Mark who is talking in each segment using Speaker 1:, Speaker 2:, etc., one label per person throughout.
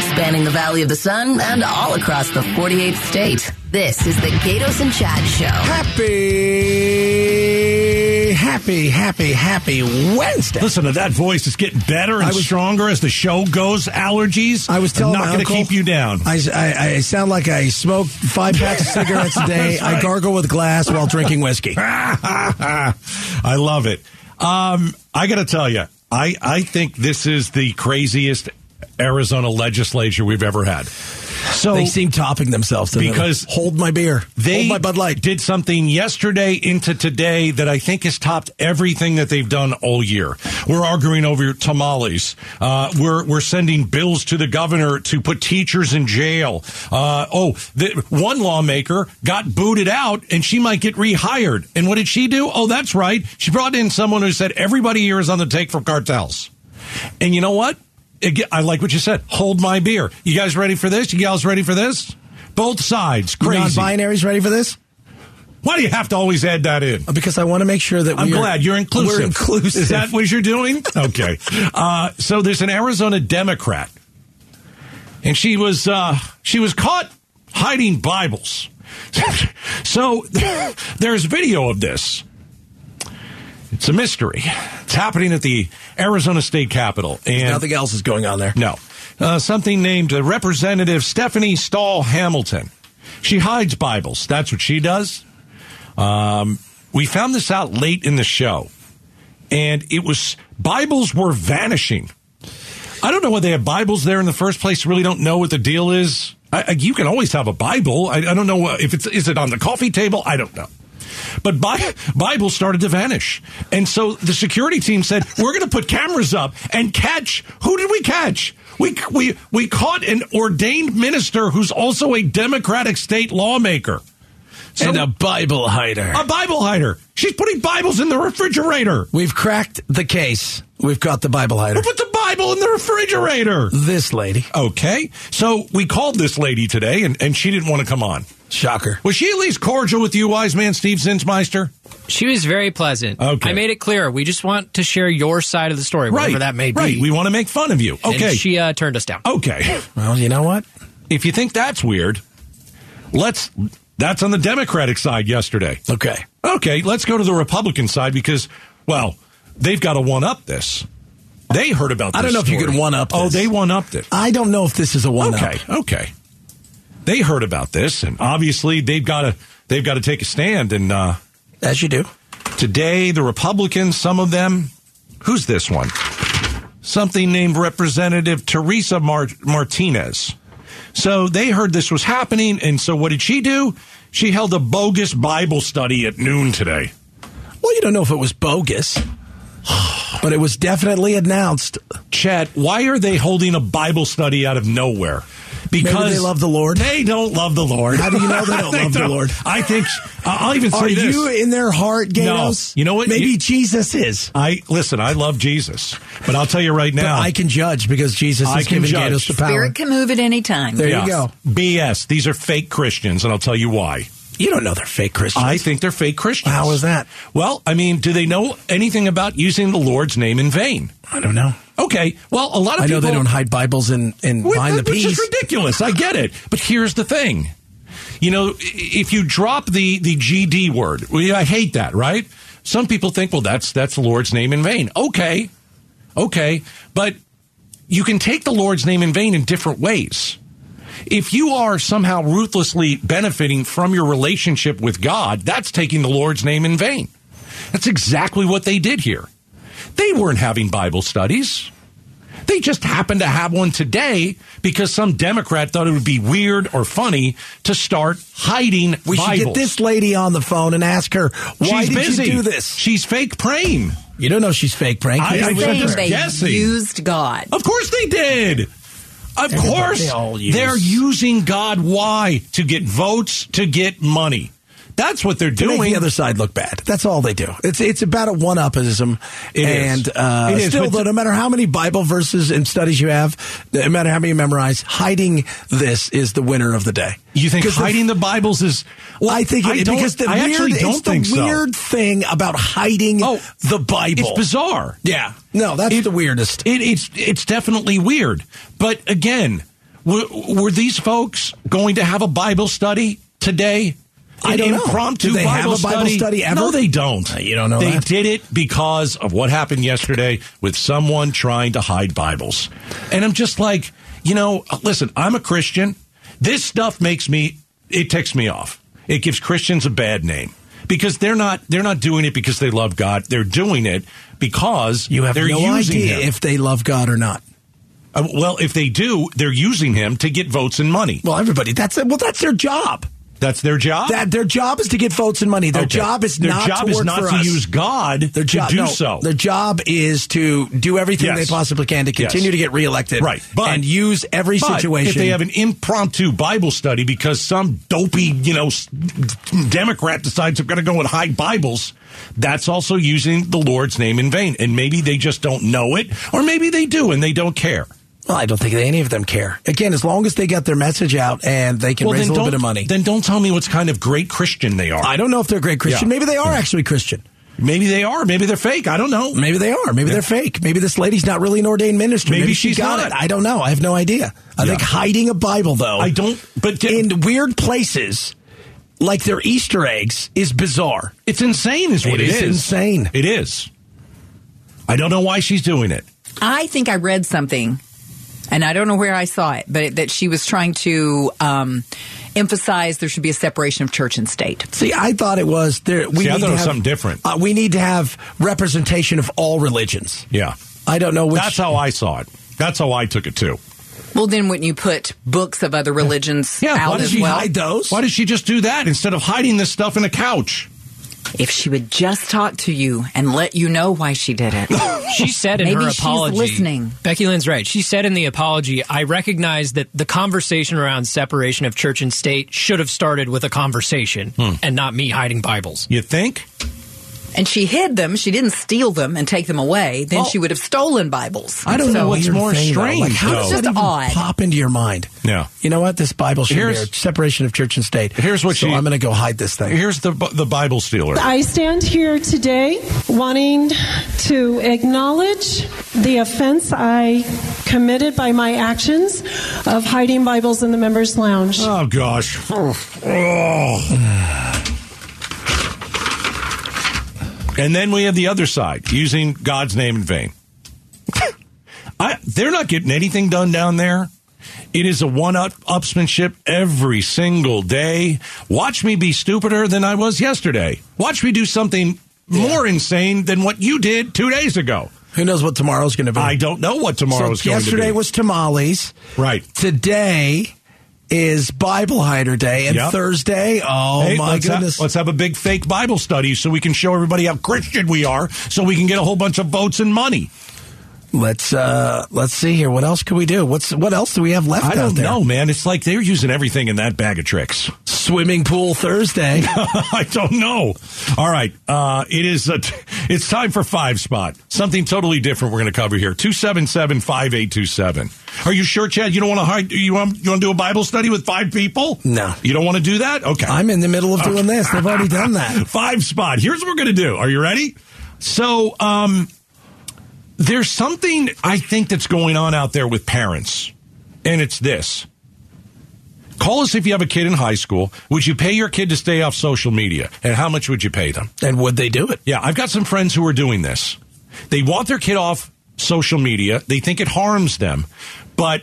Speaker 1: spanning the Valley of the Sun and all across the 48th state. This is the Gatos and Chad Show.
Speaker 2: Happy, happy, happy, happy Wednesday.
Speaker 3: Listen to that voice. It's getting better and
Speaker 2: I was-
Speaker 3: stronger as the show goes. Allergies.
Speaker 2: I was
Speaker 3: are
Speaker 2: telling
Speaker 3: not
Speaker 2: my
Speaker 3: gonna
Speaker 2: uncle-
Speaker 3: keep you down.
Speaker 2: I, I, I sound like I smoke five packs of cigarettes a day.
Speaker 3: That's right.
Speaker 2: I gargle with glass while drinking whiskey.
Speaker 3: I love it. Um, I got to tell you, I, I think this is the craziest Arizona legislature we've ever had. So
Speaker 2: They seem topping themselves to me.
Speaker 3: Because
Speaker 2: hold my beer,
Speaker 3: they
Speaker 2: hold Oh, my Bud Light.
Speaker 3: did something yesterday into today that I think has topped everything that they've done all year. We're arguing over tamales. Uh, we're we're sending bills to the governor to put teachers in jail. Uh, oh, the, one lawmaker got booted out, and she might get rehired. And what did she do? Oh, that's right. She brought in someone who said everybody here is on the take from cartels. And you know what? Again, I like what you said. Hold my beer. You guys ready for this? You guys ready for this? Both sides. Crazy.
Speaker 2: Non-binaries ready for this?
Speaker 3: Why do you have to always add that in?
Speaker 2: Uh, Because I want to make sure that
Speaker 3: I'm
Speaker 2: we are-
Speaker 3: glad you're inclusive.
Speaker 2: We're inclusive.
Speaker 3: Is that what you're doing? Okay. Uh, so there's an Arizona Democrat, and she was uh, she was caught hiding Bibles. so there's video of this. It's a mystery. It's happening at the Arizona State Capitol, and
Speaker 2: Nothing else is going on there.
Speaker 3: no. Uh, something named uh, Representative Stephanie Stahl Hamilton. She hides Bibles. That's what she does. Um, we found this out late in the show, and it was Bibles were vanishing. I don't know why they have Bibles there in the first place. Really, don't know what the deal is. I, I, you can always have a Bible. I, I don't know uh, if it's is it on the coffee table. I don't know. But Bi- Bibles started to vanish, and so the security team said, "We're going to put cameras up and catch. Who did we catch? We we we caught an ordained minister who's also a Democratic state lawmaker." So-
Speaker 4: and a Bible hider.
Speaker 2: Uh,
Speaker 3: a Bible hider. She's putting Bibles in the refrigerator.
Speaker 2: We've cracked the case. We've got the Bible hider.
Speaker 3: Who put the Bible in the refrigerator?
Speaker 2: This lady,
Speaker 3: Okay. So we called this lady today, and, and she didn't want to come on.
Speaker 2: shocker.
Speaker 3: Was she at least cordial with you, wise man Steve Zinsmeister?
Speaker 5: She was very pleasant.
Speaker 3: Okay.
Speaker 5: I made it clear. We just want to share your side of the story, whatever that may be.
Speaker 3: Right. We want to make fun of you.
Speaker 5: And
Speaker 3: Okay. Oh.
Speaker 5: she uh, turned us down.
Speaker 3: okay.
Speaker 2: Well, you know what?
Speaker 3: If you think that's weird, let's. That's on the Democratic side yesterday.
Speaker 2: Okay.
Speaker 3: Okay, let's go to the Republican side because, well, they've got to one up this. They heard about. This
Speaker 2: I don't know if you
Speaker 3: story.
Speaker 2: could one-up
Speaker 3: Oh,
Speaker 2: this.
Speaker 3: they one upped it.
Speaker 2: I don't know if this is a one
Speaker 3: okay, okay. They heard about this, and obviously they've got to they've got to take a stand. And uh,
Speaker 2: As you do.
Speaker 3: today, the Republicans, some of them, who's this one? Something named Representative Teresa Mar- Martinez. So they heard this was happening, and so what did she do? She held a bogus Bible study at noon today.
Speaker 2: Well, you don't know if it was bogus, but it was definitely announced.
Speaker 3: Chad, why are they holding a Bible study out of nowhere? Because
Speaker 2: they love the Lord?
Speaker 3: They don't love the Lord.
Speaker 2: How do you know they don't love the Lord?
Speaker 3: I think I'll even say
Speaker 2: Are
Speaker 3: this.
Speaker 2: you in their heart, Gatos?
Speaker 3: You know what?
Speaker 2: Maybe
Speaker 3: You-
Speaker 2: Jesus is.
Speaker 3: I listen. I love Jesus, but I'll tell you right
Speaker 2: But
Speaker 3: now,
Speaker 2: I can judge because Jesus
Speaker 3: I
Speaker 2: has
Speaker 3: can
Speaker 2: given
Speaker 3: judge.
Speaker 2: Gatos the power.
Speaker 1: Spirit can move at any time.
Speaker 2: there
Speaker 3: Yeah.
Speaker 2: you go.
Speaker 3: BS. These are fake Christians, and I'll tell you why.
Speaker 2: You don't know they're fake Christians.
Speaker 3: I think they're fake Christians.
Speaker 2: How is that?
Speaker 3: Well, I mean, do they know anything about using the Lord's name in vain?
Speaker 2: I don't know.
Speaker 3: Okay. Well, a lot of
Speaker 2: I know they
Speaker 3: people
Speaker 2: don't hide Bibles in, in
Speaker 3: Wh-
Speaker 2: behind the
Speaker 3: which
Speaker 2: peas.
Speaker 3: is ridiculous. I get it, but here's the thing. You know, i- if you drop the the GD word, well, I hate that. Right? Some people think, well, that's that's the Lord's name in vain. Okay, okay, but you can take the Lord's name in vain in different ways. If you are somehow ruthlessly benefiting from your relationship with God, that's taking the Lord's name in vain. That's exactly what they did here. They weren't having Bible studies. They just happened to have one today because some Democrat thought it would be weird or funny to start hiding
Speaker 2: We should get
Speaker 3: Bibles.
Speaker 2: this lady on the phone and ask her, why
Speaker 3: She's
Speaker 2: did
Speaker 3: busy.
Speaker 2: you do this?
Speaker 3: She's fake praying.
Speaker 2: You don't know she's fake, prank.
Speaker 3: I-
Speaker 2: You
Speaker 3: I
Speaker 2: don't
Speaker 3: think
Speaker 2: know
Speaker 1: Saying
Speaker 2: her.
Speaker 3: Yes,
Speaker 1: they
Speaker 3: Jesse.
Speaker 1: used God.
Speaker 3: Of course they did. Of
Speaker 2: Everybody-
Speaker 3: course,
Speaker 2: they all use-
Speaker 3: are using God. Why? To get votes, to get money. That's what they're
Speaker 2: To
Speaker 3: doing.
Speaker 2: make the other side look bad. That's all they do. It's it's about a one upism.
Speaker 3: It is.
Speaker 2: and Uh,
Speaker 3: It is,
Speaker 2: still,
Speaker 3: but-
Speaker 2: though, no matter how many Bible verses and studies you have, no matter how many you memorize, hiding this is the winner of the day.
Speaker 3: you think
Speaker 2: 'Cause the-
Speaker 3: hiding the, Bibles is?
Speaker 2: Well, I think it,
Speaker 3: I don't-
Speaker 2: because the
Speaker 3: I
Speaker 2: weird,
Speaker 3: actually don't
Speaker 2: it's
Speaker 3: think
Speaker 2: the
Speaker 3: so.
Speaker 2: weird thing about hiding
Speaker 3: Oh,
Speaker 2: the Bible.
Speaker 3: It's bizarre.
Speaker 2: Yeah, no, that's
Speaker 3: It-
Speaker 2: the weirdest.
Speaker 3: It, it's it's definitely weird. But again, Were, were these folks going to have a Bible study today?
Speaker 2: I
Speaker 3: An
Speaker 2: don't know.
Speaker 3: impromptu
Speaker 2: Do they have
Speaker 3: Bible
Speaker 2: a Bible study ever? Uh,
Speaker 3: No, they don't.
Speaker 2: You don't know
Speaker 3: They
Speaker 2: that.
Speaker 3: did it because of what happened yesterday with someone trying to hide Bibles. And I'm just like, you know, listen, I'm a Christian. This stuff makes me it ticks me off. It gives Christians a bad name because they're not they're not doing it because they love God. They're doing it because
Speaker 2: You have
Speaker 3: they're
Speaker 2: no
Speaker 3: using
Speaker 2: idea
Speaker 3: him.
Speaker 2: if they love God or not.
Speaker 3: Uh, well, if they do, they're using him to get votes and money.
Speaker 2: Well, everybody, that's well, that's their job.
Speaker 3: That's their job.
Speaker 2: That their job is to get votes and money. Their
Speaker 3: Okay.
Speaker 2: job is
Speaker 3: their
Speaker 2: not
Speaker 3: job
Speaker 2: to
Speaker 3: is
Speaker 2: work
Speaker 3: not
Speaker 2: for
Speaker 3: to
Speaker 2: us.
Speaker 3: use God
Speaker 2: Their job,
Speaker 3: to do
Speaker 2: no,
Speaker 3: so.
Speaker 2: Their job is to do everything
Speaker 3: Yes.
Speaker 2: they possibly can to continue
Speaker 3: Yes.
Speaker 2: to get reelected,
Speaker 3: Right, but-
Speaker 2: and use every
Speaker 3: But
Speaker 2: situation.
Speaker 3: If they have an impromptu Bible study because some dopey, you know, s- Democrat decides I'm going to go and hide Bibles, that's also using the Lord's name in vain. And maybe they just don't know it, or maybe they do and they don't care.
Speaker 2: well, I don't think they, any of them care. Again, as long as they get their message out and they can raise a
Speaker 3: then
Speaker 2: little bit
Speaker 3: don't-
Speaker 2: of money.
Speaker 3: Then don't tell me what's kind of great Christian they are.
Speaker 2: I don't know if they're a great Christian.
Speaker 3: Yeah.
Speaker 2: Maybe they are actually Christian.
Speaker 3: maybe they are. Maybe they're fake. I don't know.
Speaker 2: Maybe they are. Maybe they're fake. Maybe this lady's not really an ordained minister.
Speaker 3: Maybe
Speaker 2: she
Speaker 3: she's
Speaker 2: got
Speaker 3: not.
Speaker 2: it. I don't know. I have no idea. I
Speaker 3: Yeah.
Speaker 2: think hiding a Bible though.
Speaker 3: I don't- but-
Speaker 2: in weird places, like their Easter eggs, is bizarre.
Speaker 3: It's insane, is what
Speaker 2: It is insane.
Speaker 3: It is. I don't know why she's doing it.
Speaker 4: I think I read something, and I don't know where I saw it, but that she was trying to um, emphasize there should be a separation of church and state.
Speaker 2: See, I thought it was there. We
Speaker 3: See, I
Speaker 2: need
Speaker 3: thought
Speaker 2: to
Speaker 3: it was
Speaker 2: have,
Speaker 3: something different.
Speaker 2: Uh, we need to have representation of all religions.
Speaker 3: Yeah.
Speaker 2: I don't know which.
Speaker 3: That's how I saw it. That's how I took it too.
Speaker 4: Well, then wouldn't you put books of other religions
Speaker 3: Yeah, why
Speaker 4: out
Speaker 3: does
Speaker 4: as
Speaker 3: she
Speaker 4: well?
Speaker 2: hide those?
Speaker 3: Why does she just do that instead of hiding this stuff in a couch?
Speaker 4: If she would just talk to you and let you know why she did it.
Speaker 5: She said in
Speaker 4: Maybe
Speaker 5: her
Speaker 4: she's
Speaker 5: apology.
Speaker 4: listening.
Speaker 5: Becky Lynn's right. She said in the apology, I recognize that the conversation around separation of church and state should have started with a conversation
Speaker 3: Hmm.
Speaker 5: and not me hiding Bibles.
Speaker 3: You think?
Speaker 4: and she hid them. She didn't steal them and take them away. Then she would have stolen Bibles.
Speaker 2: I don't
Speaker 4: So-
Speaker 2: know what's
Speaker 3: Weird
Speaker 2: more
Speaker 3: thing, though.
Speaker 2: strange.
Speaker 3: Like,
Speaker 2: how
Speaker 3: how
Speaker 2: does
Speaker 4: does
Speaker 2: that
Speaker 4: that
Speaker 2: even
Speaker 4: odd?
Speaker 2: pop into your mind?
Speaker 3: Yeah.
Speaker 2: You know what? This Bible should
Speaker 3: Here's-
Speaker 2: be a separation of church and state.
Speaker 3: Here's what
Speaker 2: so
Speaker 3: she-
Speaker 2: I'm going to go hide this thing.
Speaker 3: Here's the the Bible stealer.
Speaker 6: I stand here today wanting to acknowledge the offense I committed by my actions of hiding Bibles in the members' lounge.
Speaker 3: Oh gosh. Oh. And then we have the other side using God's name in vain. I, they're not getting anything done down there. It is a one up upsmanship every single day. Watch me be stupider than I was yesterday. Watch me do something more insane than what you did two days ago.
Speaker 2: Who knows what tomorrow's going to be?
Speaker 3: I don't know what tomorrow's
Speaker 2: so
Speaker 3: going to be.
Speaker 2: yesterday was tamales.
Speaker 3: Right.
Speaker 2: Today is Bible Hider Day, and
Speaker 3: Yep.
Speaker 2: Thursday, oh
Speaker 3: Hey,
Speaker 2: my
Speaker 3: let's ha-
Speaker 2: goodness,
Speaker 3: let's have a big fake Bible study so we can show everybody how Christian we are, so we can get a whole bunch of votes and money.
Speaker 2: let's uh, let's see here. What else can we do? What's what else do we have left?
Speaker 3: I
Speaker 2: out
Speaker 3: don't
Speaker 2: there?
Speaker 3: know, man. It's like they're using everything in that bag of tricks.
Speaker 2: Swimming pool Thursday.
Speaker 3: I don't know. All right, uh, it is. A t- it's time for five spot. Something totally different. We're going to cover here. Two seven seven five eight two seven. Are you sure, Chad? You don't want to hide. You want you want to do a Bible study with five people?
Speaker 2: No.
Speaker 3: You don't want to do that? Okay.
Speaker 2: I'm in the middle of doing this. They've already done that.
Speaker 3: Five spot. Here's what we're going to do. Are you ready? So, um, there's something I think that's going on out there with parents, and it's this. Call us if you have a kid in high school. Would you pay your kid to stay off social media? And how much would you pay them?
Speaker 2: And would they do it?
Speaker 3: Yeah, I've got some friends who are doing this. They want their kid off social media. They think it harms them, but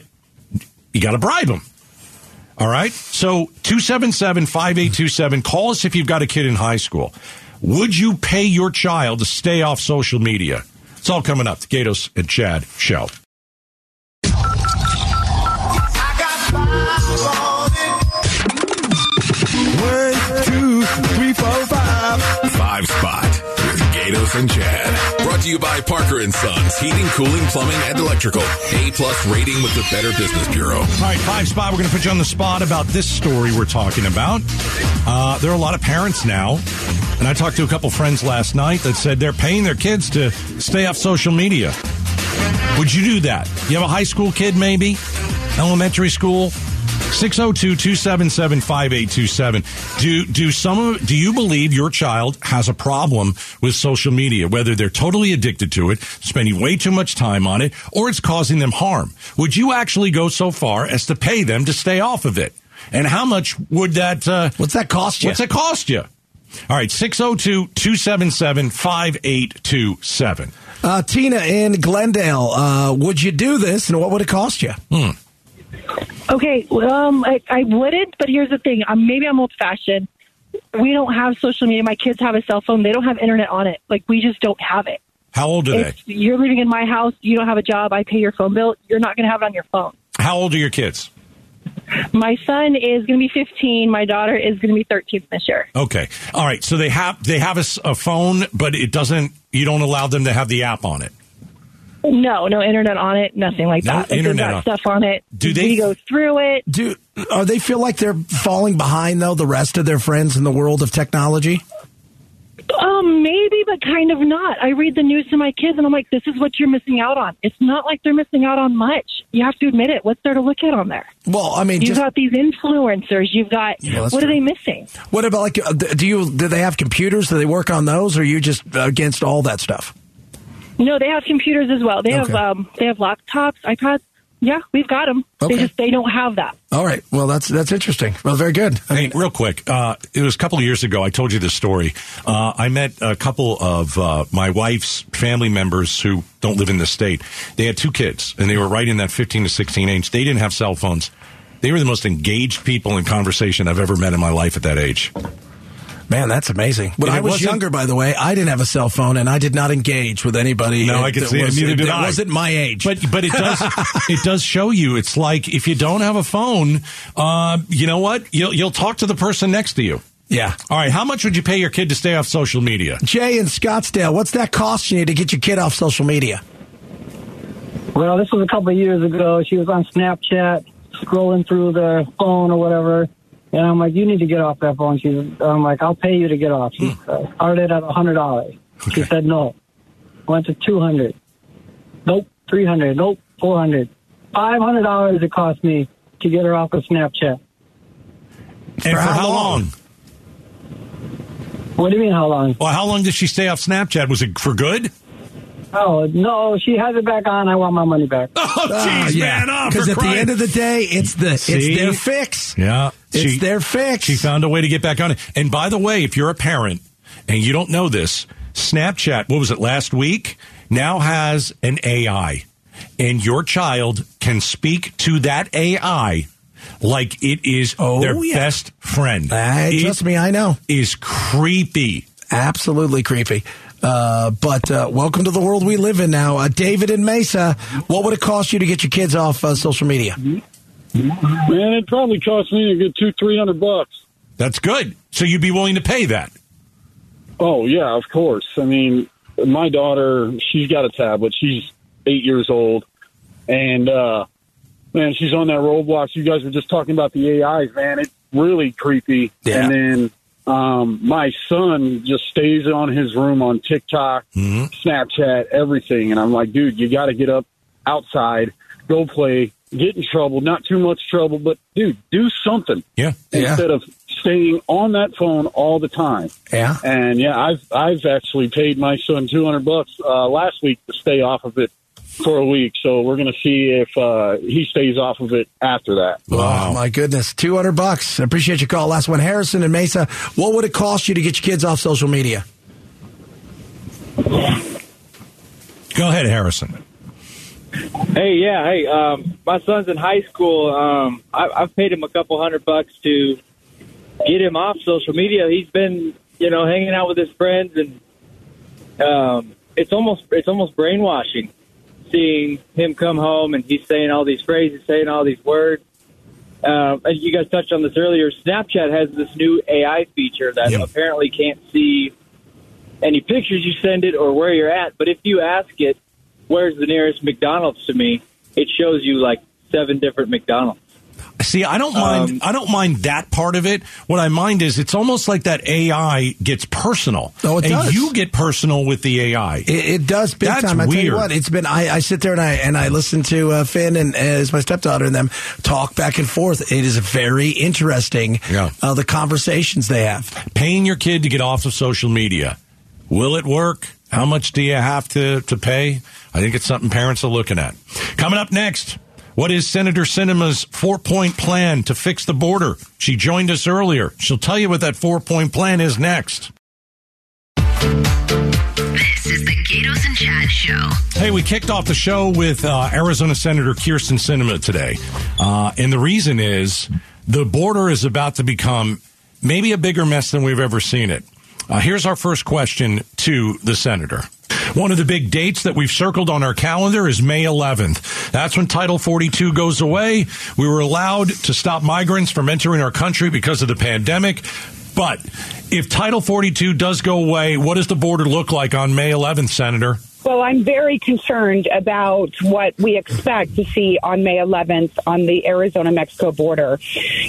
Speaker 3: you got to bribe them. All right? So 277 5827, call us if you've got a kid in high school. Would you pay your child to stay off social media? It's all coming up. The Gatos and Chad show.
Speaker 7: Five Spot with Gatos and Chad. Brought to you by Parker and Sons Heating, Cooling, Plumbing, and Electrical. A plus rating with the Better Business Bureau.
Speaker 3: All right, five spot. We're going to put you on the spot about this story we're talking about. Uh, there are a lot of parents now, and I talked to a couple friends last night that said they're paying their kids to stay off social media. Would you do that? You have a high school oh kid, maybe elementary school. 602-277-5827. Do do some of do you believe your child has a problem with social media, whether they're totally addicted to it, spending way too much time on it, or it's causing them harm? Would you actually go so far as to pay them to stay off of it? And how much would that uh,
Speaker 2: What's that cost you?
Speaker 3: What's that cost you? All right, 602-277-5827.
Speaker 2: Uh, Tina in Glendale, uh, would you do this and what would it cost you?
Speaker 8: Okay, um, I, I wouldn't, but here's the thing. Um, maybe I'm old fashioned. We don't have social media. My kids have a cell phone. They don't have internet on it. Like, we just don't have it.
Speaker 3: How old are they?
Speaker 8: If you're living in my house, you don't have a job, I pay your phone bill, you're not going to have it on your phone.
Speaker 3: How old are your kids?
Speaker 8: My son is going to be 15. My daughter is going to be 13 this year.
Speaker 3: Okay. All right. So they have they have a, s- a phone, but it doesn't. You don't allow them to have the app on it.
Speaker 8: No, no internet on it, nothing like
Speaker 3: No
Speaker 8: that. Like,
Speaker 3: internet
Speaker 8: there's
Speaker 3: on-
Speaker 8: not stuff on it.
Speaker 3: Do they-
Speaker 8: we go through it?
Speaker 2: Do are they feel like they're falling behind though the rest of their friends in the world of technology?
Speaker 8: Um, maybe, but kind of not. I read the news to my kids, and I'm like, this is what you're missing out on. It's not like they're missing out on much. You have to admit it. What's there to look at on there?
Speaker 2: Well, I mean,
Speaker 8: You've
Speaker 2: just
Speaker 8: got these influencers. You've got
Speaker 2: Yeah, that's
Speaker 8: what
Speaker 2: true.
Speaker 8: are they missing?
Speaker 2: what about like uh, d- do you do they have computers? Do they work on those? Or are you just against all that stuff?
Speaker 8: No, they have computers as well. They have
Speaker 2: Okay.
Speaker 8: um, they have laptops, iPads. Yeah, we've got them.
Speaker 2: Okay.
Speaker 8: They just they don't have that.
Speaker 2: All right. Well, that's that's interesting. Well, very good. I
Speaker 3: Hey,
Speaker 2: mean,
Speaker 3: real quick, uh, it was a couple of years ago. I told you this story. Uh, I met a couple of uh, my wife's family members who don't live in the state. They had two kids, and they were right in that 15 to 16 age. They didn't have cell phones. They were the most engaged people in conversation I've ever met in my life at that age.
Speaker 2: man, that's amazing. When
Speaker 3: And
Speaker 2: I
Speaker 3: it
Speaker 2: was
Speaker 3: wasn't-
Speaker 2: younger, by the way, I didn't have a cell phone and I did not engage with anybody.
Speaker 3: No, I
Speaker 2: that
Speaker 3: can see it.
Speaker 2: was-
Speaker 3: Neither did
Speaker 2: that
Speaker 3: I.
Speaker 2: wasn't my age.
Speaker 3: But but it does it does show you. It's like if you don't have a phone, uh, you know what? You'll you'll talk to the person next to you.
Speaker 2: yeah.
Speaker 3: All right, how much would you pay your kid to stay off social media?
Speaker 2: Jay in Scottsdale, what's that costing you to get your kid off social media?
Speaker 9: Well, this was a couple of years ago. She was on Snapchat scrolling through the phone or whatever. And I'm like, you need to get off that phone. She's, I'm like, I'll pay you to get off. She uh, started at $100. She said no. Went to 200 Nope, 300 Nope, 400 $500 it cost me to get her off of Snapchat.
Speaker 3: And for, how,
Speaker 2: how
Speaker 3: long?
Speaker 2: long?
Speaker 9: What do you mean, how long?
Speaker 3: Well, how long did she stay off Snapchat? Was it for good?
Speaker 9: Oh, no, she has it back on. I want my money back.
Speaker 3: Oh, jeez, man. Oh,
Speaker 2: Because Uh, Ah,
Speaker 3: for
Speaker 2: at
Speaker 3: crying-
Speaker 2: the end of the day, it's the
Speaker 3: See?
Speaker 2: it's their fix.
Speaker 3: Yeah.
Speaker 2: It's
Speaker 3: She-
Speaker 2: their fix.
Speaker 3: She found a way to get back on it. And by the way, if you're a parent and you don't know this, Snapchat, what was it last week, now has an AI. And your child can speak to that AI like it is
Speaker 2: Oh,
Speaker 3: their
Speaker 2: yeah.
Speaker 3: best friend.
Speaker 2: Ah,
Speaker 3: It
Speaker 2: trust me, I know.
Speaker 3: is creepy.
Speaker 2: Absolutely creepy. Uh, but uh, welcome to the world we live in now. Uh, David and Mesa, what would it cost you to get your kids off uh, social media?
Speaker 10: Man, it probably cost me a good two, three hundred bucks.
Speaker 3: That's good. So you'd be willing to pay that.
Speaker 10: Oh yeah, of course. I mean, my daughter, she's got a tablet. She's eight years old, and uh, man, she's on that Roblox. You guys were just talking about the AIs, man. It's really creepy.
Speaker 2: Yeah.
Speaker 10: And then um, my son just stays on his room on TikTok,
Speaker 2: Mm-hmm.
Speaker 10: Snapchat, everything, and I'm like, dude, you got to get up outside, go play, get in trouble. Not too much trouble, but dude, do something.
Speaker 3: Yeah.
Speaker 2: Yeah.
Speaker 10: instead of staying on that phone all the time.
Speaker 2: Yeah.
Speaker 10: And yeah, I've I've actually paid my son two hundred bucks uh, last week to stay off of it for a week. So we're going to see if uh, he stays off of it after that.
Speaker 3: Wow.
Speaker 2: Oh, my goodness. 200 bucks. I appreciate your call. Last one, Harrison and Mesa, what would it cost you to get your kids off social media?
Speaker 3: Go ahead, Harrison.
Speaker 11: Hey, yeah, hey, um, my son's in high school. Um, I, I've paid him a couple hundred bucks to get him off social media. He's been, you know, hanging out with his friends, and um, it's almost it's almost brainwashing. Seeing him come home and he's saying all these phrases, saying all these words. Um, and you guys touched on this earlier. Snapchat has this new AI feature that
Speaker 3: Yeah.
Speaker 11: apparently can't see any pictures you send it or where you're at. But if you ask it, where's the nearest McDonald's to me, it shows you like seven different McDonald's.
Speaker 3: See, I don't mind.
Speaker 2: Um,
Speaker 3: I don't mind that part of it. What I mind is it's almost like that AI gets personal.
Speaker 2: Oh, it
Speaker 3: and
Speaker 2: does.
Speaker 3: You get personal with the AI.
Speaker 2: It, it does big
Speaker 3: That's
Speaker 2: time. I
Speaker 3: weird.
Speaker 2: tell you what, it's been. I, I sit there and I and I listen to uh, Finn and as my stepdaughter and them talk back and forth. It is very interesting.
Speaker 3: Yeah.
Speaker 2: Uh, the conversations they have.
Speaker 3: Paying your kid to get off of social media. Will it work? How much do you have to, to pay? I think it's something parents are looking at. Coming up next, what is Senator Sinema's four point plan to fix the border? She joined us earlier. She'll tell you what that four point plan is next.
Speaker 1: This is the Gatos and Chad Show.
Speaker 3: Hey, we kicked off the show with uh, Arizona Senator Kirsten Sinema today, uh, and the reason is the border is about to become maybe a bigger mess than we've ever seen it. Uh, here's our first question to the senator. One of the big dates that we've circled on our calendar is May 11th. That's when Title 42 goes away. We were allowed to stop migrants from entering our country because of the pandemic. But if Title 42 does go away, what does the border look like on May 11th, Senator?
Speaker 10: Well, I'm very concerned about what we expect to see on May 11th on the Arizona Mexico border.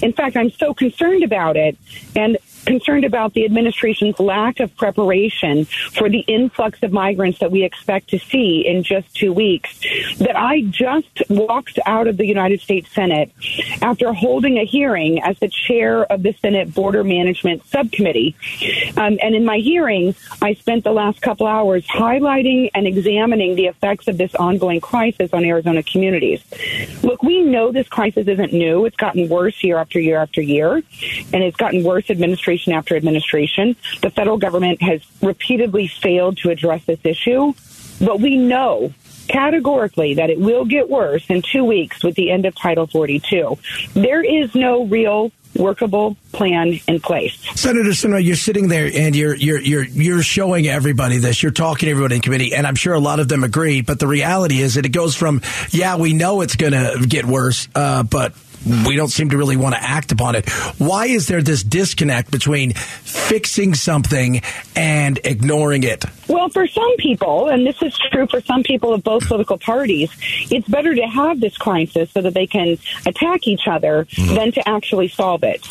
Speaker 10: In fact, I'm so concerned about it and concerned about the administration's lack of preparation for the influx of migrants that we expect to see in just two weeks that I just walked out of the United States Senate after holding a hearing as the chair of the Senate Border Management Subcommittee. Um, and in my hearing, I spent the last couple hours highlighting and examining the effects of this ongoing crisis on Arizona communities. Look, we know this crisis isn't new. It's gotten worse year after year after year, and it's gotten worse administration after administration. The federal government has repeatedly failed to address this issue, but we know categorically that it will get worse in two weeks with the end of Title 42. There is no real workable plan in place.
Speaker 2: Senator Sinema, you're sitting there and you're you're you're you're showing everybody this. You're talking to everybody in committee, and I'm sure a lot of them agree. But the reality is that it goes from yeah, we know it's going to get worse, uh, but we don't seem to really want to act upon it. Why is there this disconnect between fixing something and ignoring it?
Speaker 10: Well, for some people, and this is true for some people of both political parties, it's better to have this crisis so that they can attack each other than to actually solve it.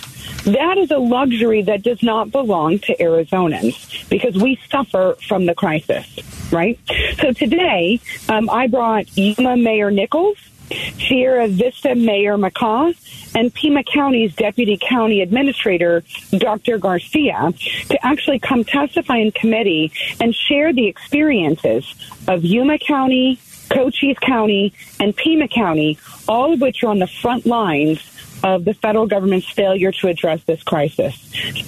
Speaker 10: That is a luxury that does not belong to Arizonans because we suffer from the crisis, right? So today, um, I brought Yuma Mayor Nichols, Sierra Vista Mayor McCaw, and Pima County's Deputy County Administrator, Dr. Garcia, to actually come testify in committee and share the experiences of Yuma County, Cochise County, and Pima County, all of which are on the front lines of the federal government's failure to address this crisis.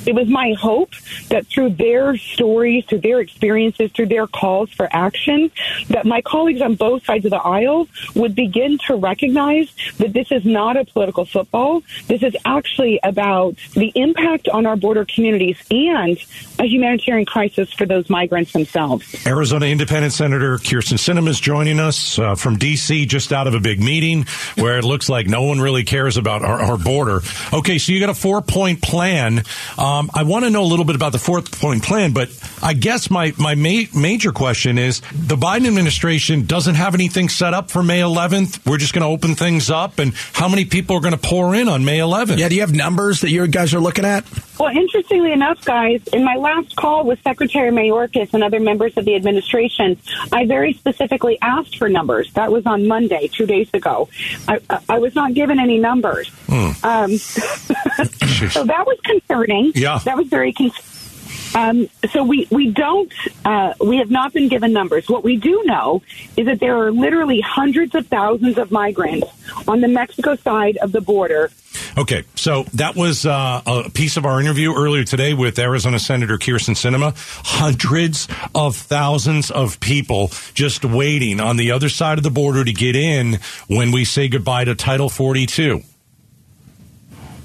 Speaker 10: It was my hope that through their stories, through their experiences, through their calls for action, that my colleagues on both sides of the aisle would begin to recognize that this is not a political football. This is actually about the impact on our border communities and a humanitarian crisis for those migrants themselves.
Speaker 3: Arizona Independent Senator Kirsten Sinema is joining us uh, from D.C. just out of a big meeting where it looks like no one really cares about our, our border. Okay, so you got a four point plan. Um, I want to know a little bit about the fourth point plan, but I guess my, my ma- major question is the Biden administration doesn't have anything set up for May 11th. We're just going to open things up, and how many people are going to pour in on May 11th? Yeah,
Speaker 2: do you have numbers that you guys are looking at?
Speaker 10: Well, interestingly enough, guys, in my last call with Secretary Mayorkas and other members of the administration, I very specifically asked for numbers. That was on Monday, two days ago. I, I- I was not given any numbers. Um, so that was concerning.
Speaker 12: Yeah.
Speaker 10: That was very concerning. Um, so we we don't uh, we have not been given numbers. What we do know is that there are literally hundreds of thousands of migrants on the Mexico side of the border
Speaker 3: Okay, so that was uh, a piece of our interview earlier today with Arizona Senator Kirsten Sinema. Hundreds of thousands of people just waiting on the other side of the border to get in when we say goodbye to Title 42.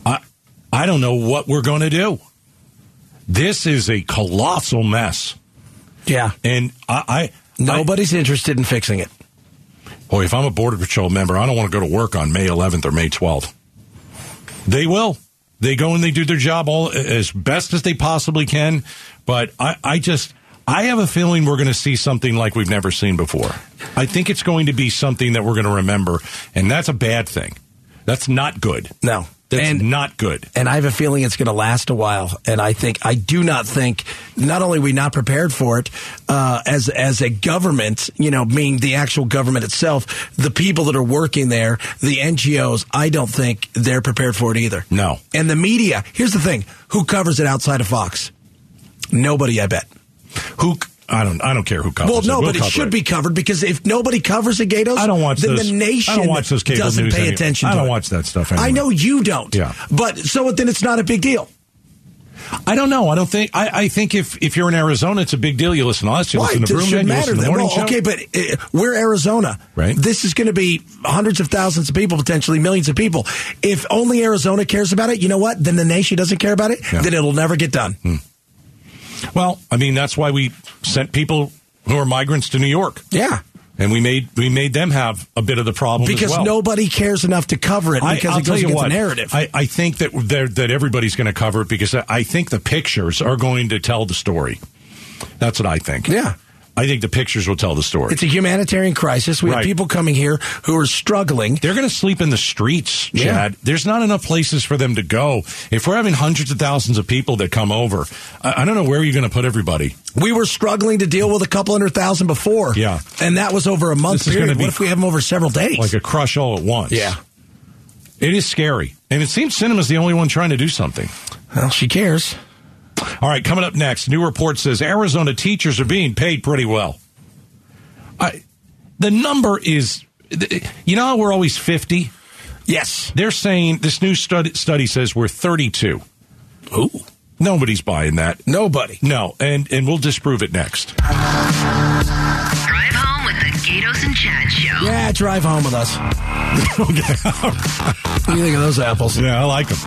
Speaker 3: I, I don't know what we're going to do. This is a colossal mess.
Speaker 2: Yeah,
Speaker 3: and I, I
Speaker 2: nobody's interested in fixing it.
Speaker 3: Boy, if I'm a border patrol member, I don't want to go to work on May 11th or May 12th. They will. They go and they do their job all as best as they possibly can. But I, I just, I have a feeling we're going to see something like we've never seen before. I think it's going to be something that we're going to remember, and that's a bad thing. That's not good.
Speaker 2: No.
Speaker 3: That's not good.
Speaker 2: And I have a feeling it's going to last a while. And I think I do not think not only are we not prepared for it uh, as as a government, you know, meaning the actual government itself, the people that are working there, the NGOs. I don't think they're prepared for it either.
Speaker 3: No.
Speaker 2: And the media. Here's the thing: who covers it outside of Fox? Nobody, I bet.
Speaker 3: Who? I don't. I don't care who covers
Speaker 2: Well,
Speaker 3: it.
Speaker 2: no,
Speaker 3: We'll
Speaker 2: but it
Speaker 3: cover
Speaker 2: should
Speaker 3: it.
Speaker 2: be covered because if nobody covers the Gatos,
Speaker 3: I don't watch
Speaker 2: then
Speaker 3: those-
Speaker 2: the nation
Speaker 3: I don't watch those cable
Speaker 2: doesn't
Speaker 3: news
Speaker 2: pay
Speaker 3: anymore.
Speaker 2: attention.
Speaker 3: I
Speaker 2: to
Speaker 3: don't
Speaker 2: it.
Speaker 3: watch that stuff anyway.
Speaker 2: I know you don't.
Speaker 3: Yeah.
Speaker 2: but so then it's not a big deal.
Speaker 3: I don't know. I don't think. I, I think if if you're in Arizona, it's a big deal. You listen to us. You
Speaker 2: Right,
Speaker 3: listen to
Speaker 2: this
Speaker 3: Broomhead.
Speaker 2: should
Speaker 3: You
Speaker 2: matter
Speaker 3: listen to the
Speaker 2: then.
Speaker 3: morning
Speaker 2: Well,
Speaker 3: show.
Speaker 2: okay, but uh, we're Arizona.
Speaker 3: Right.
Speaker 2: This is going to be hundreds of thousands of people, potentially millions of people. If only Arizona cares about it, you know what? Then the nation doesn't care about it.
Speaker 3: Yeah. Hmm.
Speaker 2: Then it'll never get done.
Speaker 3: Well, I mean, that's why we sent people who are migrants to New York.
Speaker 2: Yeah.
Speaker 3: And we made we made them have a bit of the problem as
Speaker 2: Because
Speaker 3: well.
Speaker 2: nobody cares enough to cover it because
Speaker 3: I'll
Speaker 2: it goes
Speaker 3: tell you
Speaker 2: against
Speaker 3: what,
Speaker 2: the narrative.
Speaker 3: I, I think that there- that everybody's going to cover it because I- I think the pictures are going to tell the story. That's what I think.
Speaker 2: Yeah.
Speaker 3: I think the pictures will tell the story.
Speaker 2: It's a humanitarian crisis. We
Speaker 3: Right.
Speaker 2: have people coming here who are struggling.
Speaker 3: They're going to sleep in the streets,
Speaker 2: Yeah.
Speaker 3: Chad. There's not enough places for them to go. If we're having hundreds of thousands of people that come over, I, I don't know where you're going to put everybody.
Speaker 2: We were struggling to deal with a couple hundred thousand before.
Speaker 3: Yeah.
Speaker 2: And that was over a month
Speaker 3: This is gonna
Speaker 2: period.
Speaker 3: be
Speaker 2: What if we have them over several days?
Speaker 3: Like a crush all at once.
Speaker 2: Yeah.
Speaker 3: It is scary. And it seems cinema's the only one trying to do something.
Speaker 2: well, she cares.
Speaker 3: All right, coming up next, new report says Arizona teachers are being paid pretty well. I, the number is, you know, how we're always 50.
Speaker 2: Yes.
Speaker 3: They're saying this new study, study says we're 32. Who? Nobody's buying that.
Speaker 2: Nobody.
Speaker 3: No, and, and we'll disprove it next.
Speaker 1: Drive home with the Gatos and Chad Show.
Speaker 2: Yeah, drive home with us. what do you think of those apples?
Speaker 3: Yeah, I like them.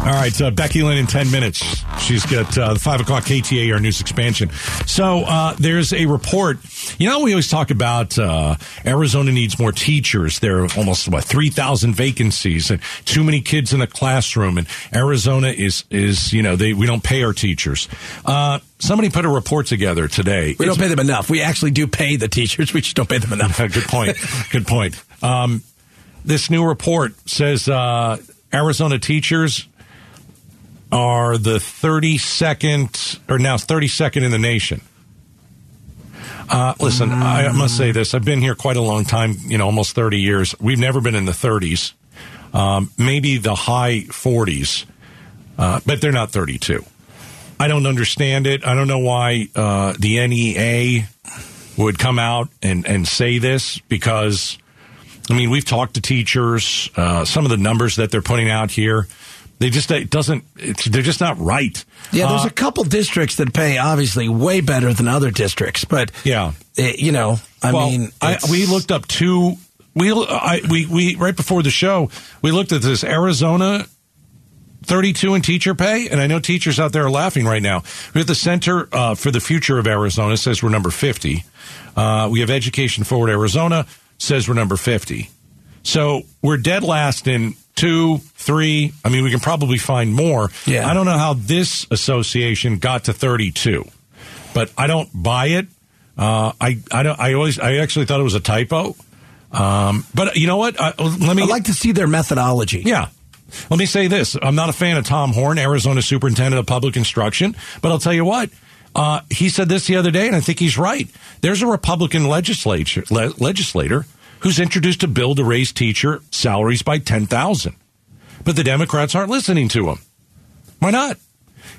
Speaker 3: All right, uh, Becky Lynn in 10 minutes. She's got uh, the 5 o'clock KTA, our news expansion. So uh, there's a report. You know, we always talk about uh, Arizona needs more teachers. There are almost, what, 3,000 vacancies and too many kids in the classroom. And Arizona is, is you know, they we don't pay our teachers. Uh, somebody put a report together today.
Speaker 2: We
Speaker 3: It's-
Speaker 2: don't pay them enough. We actually do pay the teachers. We just don't pay them enough.
Speaker 3: Good point. Good point. Um, this new report says uh, Arizona teachers are the 32nd, or now 32nd in the nation. Uh, listen, I must say this. I've been here quite a long time, you know, almost 30 years. We've never been in the 30s, um, maybe the high 40s, uh, but they're not 32. I don't understand it. I don't know why uh, the NEA would come out and, and say this because, I mean, we've talked to teachers, uh, some of the numbers that they're putting out here. They just it doesn't. It's, they're just not right.
Speaker 2: Yeah, there's
Speaker 3: Uh,
Speaker 2: a couple districts that pay obviously way better than other districts, but
Speaker 3: Yeah.
Speaker 2: eh, you know, I
Speaker 3: well,
Speaker 2: mean,
Speaker 3: I,
Speaker 2: it's-
Speaker 3: we looked up two. We, I, we we right before the show we looked at this Arizona. 32 in teacher pay, and I know teachers out there are laughing right now. We have the Center uh, for the Future of Arizona says we're number 50. Uh, we have Education Forward Arizona says we're number 50. So we're dead last in two, three. I mean, we can probably find more.
Speaker 2: Yeah.
Speaker 3: I don't know how this association got to 32, but I don't buy it. Uh, I I don't. I always. I actually thought it was a typo. Um, but you know what? I, let me
Speaker 2: I'd like to see their methodology.
Speaker 3: yeah. Let me say this. I'm not a fan of Tom Horn, Arizona Superintendent of Public Instruction, but I'll tell you what. Uh, he said this the other day, and I think he's right. There's a Republican legislature, le- legislator who's introduced a bill to raise teacher salaries by 10,000. But the Democrats aren't listening to him. Why not?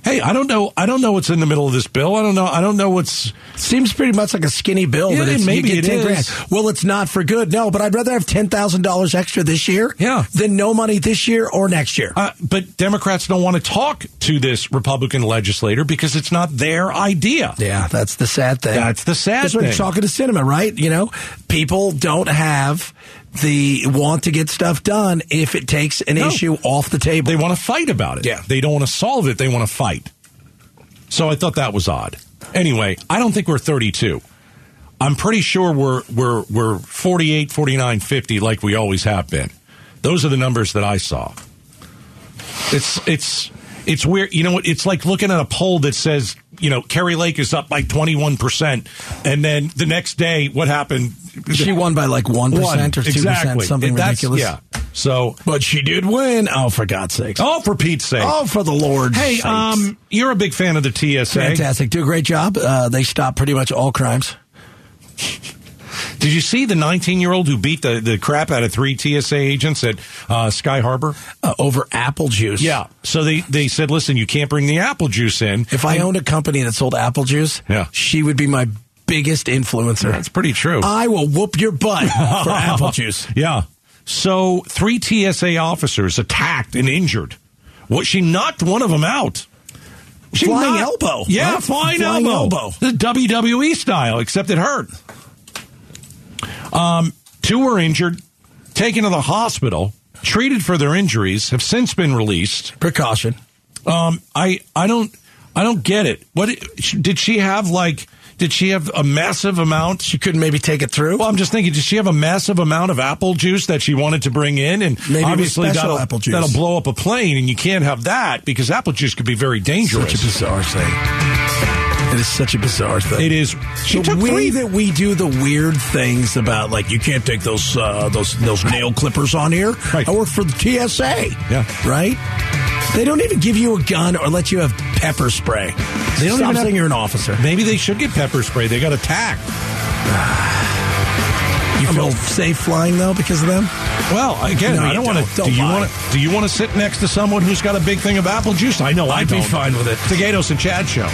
Speaker 3: Hey, I don't know. I don't know what's in the middle of this bill. I don't know. I don't know what's
Speaker 2: Seems pretty much like a skinny bill,
Speaker 3: Yeah,
Speaker 2: but it's,
Speaker 3: maybe
Speaker 2: you
Speaker 3: it
Speaker 2: get 10
Speaker 3: is.
Speaker 2: grand. Well, it's not for good. No, but I'd rather have ten thousand dollars extra this year,
Speaker 3: Yeah.
Speaker 2: than no money this year or next year.
Speaker 3: Uh, but Democrats don't want to talk to this Republican legislator because it's not their idea.
Speaker 2: Yeah, that's the sad thing.
Speaker 3: That's the sad
Speaker 2: That's what you're
Speaker 3: thing.
Speaker 2: talking to cinema, right? You know, people don't have the want to get stuff done if it takes an
Speaker 3: No.
Speaker 2: issue off the table.
Speaker 3: They want to fight about it.
Speaker 2: Yeah.
Speaker 3: They don't want to solve it. They want to fight. So I thought that was odd. Anyway, I don't think we're 32. I'm pretty sure we're we're we're 48, 49, 50 like we always have been. Those are the numbers that I saw. It's it's it's weird. You know what? It's like looking at a poll that says, you know, Carrie Lake is up by 21% and then the next day what happened?
Speaker 2: she won by like one
Speaker 3: One.
Speaker 2: percent or two
Speaker 3: Exactly.
Speaker 2: percent, something
Speaker 3: That's-
Speaker 2: ridiculous.
Speaker 3: Yeah. So, but she did win. Oh, for God's sake! Oh, for Pete's sake!
Speaker 2: Oh, for the Lord's
Speaker 3: Hey,
Speaker 2: sakes.
Speaker 3: um, you're a big fan of the TSA.
Speaker 2: Fantastic. Do a great job. Uh, they stop pretty much all crimes.
Speaker 3: Did you see the 19 year old who beat the, the crap out of three TSA agents at uh, Sky Harbor
Speaker 2: uh, over apple juice?
Speaker 3: Yeah. So they, they said, listen, you can't bring the apple juice in.
Speaker 2: If I owned a company that sold apple juice,
Speaker 3: Yeah.
Speaker 2: she would be my biggest influencer.
Speaker 3: That's pretty true.
Speaker 2: I will whoop your butt for apple juice.
Speaker 3: Yeah. So three TSA officers attacked and injured. What she knocked one of them out. She
Speaker 2: Flying
Speaker 3: knocked-
Speaker 2: elbow,
Speaker 3: Yeah,
Speaker 2: right?
Speaker 3: flying,
Speaker 2: Flying
Speaker 3: elbow.
Speaker 2: elbow.
Speaker 3: The WWE style, except it hurt. Um, two were injured, taken to the hospital, treated for their injuries, have since been released.
Speaker 2: Precaution.
Speaker 3: Um, I I don't I don't get it. What did she have like? Did she have a massive amount?
Speaker 2: She couldn't maybe take it through.
Speaker 3: Well, I'm just thinking. Did she have a massive amount of apple juice that she wanted to bring in? And
Speaker 2: Maybe it was
Speaker 3: obviously
Speaker 2: special
Speaker 3: that'll,
Speaker 2: apple juice.
Speaker 3: that'll blow up a plane, and you can't have that because apple juice could be very dangerous.
Speaker 2: Such a bizarre thing. It is such a bizarre thing.
Speaker 3: It is. She
Speaker 2: the
Speaker 3: took
Speaker 2: way
Speaker 3: three.
Speaker 2: that we do the weird things about like you can't take those uh, those those nail clippers on here.
Speaker 3: Right.
Speaker 2: I work for the TSA.
Speaker 3: Yeah.
Speaker 2: Right. They don't even give you a gun or let you have pepper spray.
Speaker 3: They don't
Speaker 2: Stop
Speaker 3: even have-
Speaker 2: saying you're an officer.
Speaker 3: Maybe they should get pepper spray. They got attacked.
Speaker 2: You feel safe flying though because of them.
Speaker 3: Well, again,
Speaker 2: No,
Speaker 3: I
Speaker 2: you
Speaker 3: don't want
Speaker 2: don't.
Speaker 3: to.
Speaker 2: Don't
Speaker 3: Do you
Speaker 2: lie.
Speaker 3: want to? Do you want to sit next to someone who's got a big thing of apple juice? I know. I
Speaker 2: I'd be
Speaker 3: don't.
Speaker 2: fine with it.
Speaker 3: It's The Gatos and Chad show.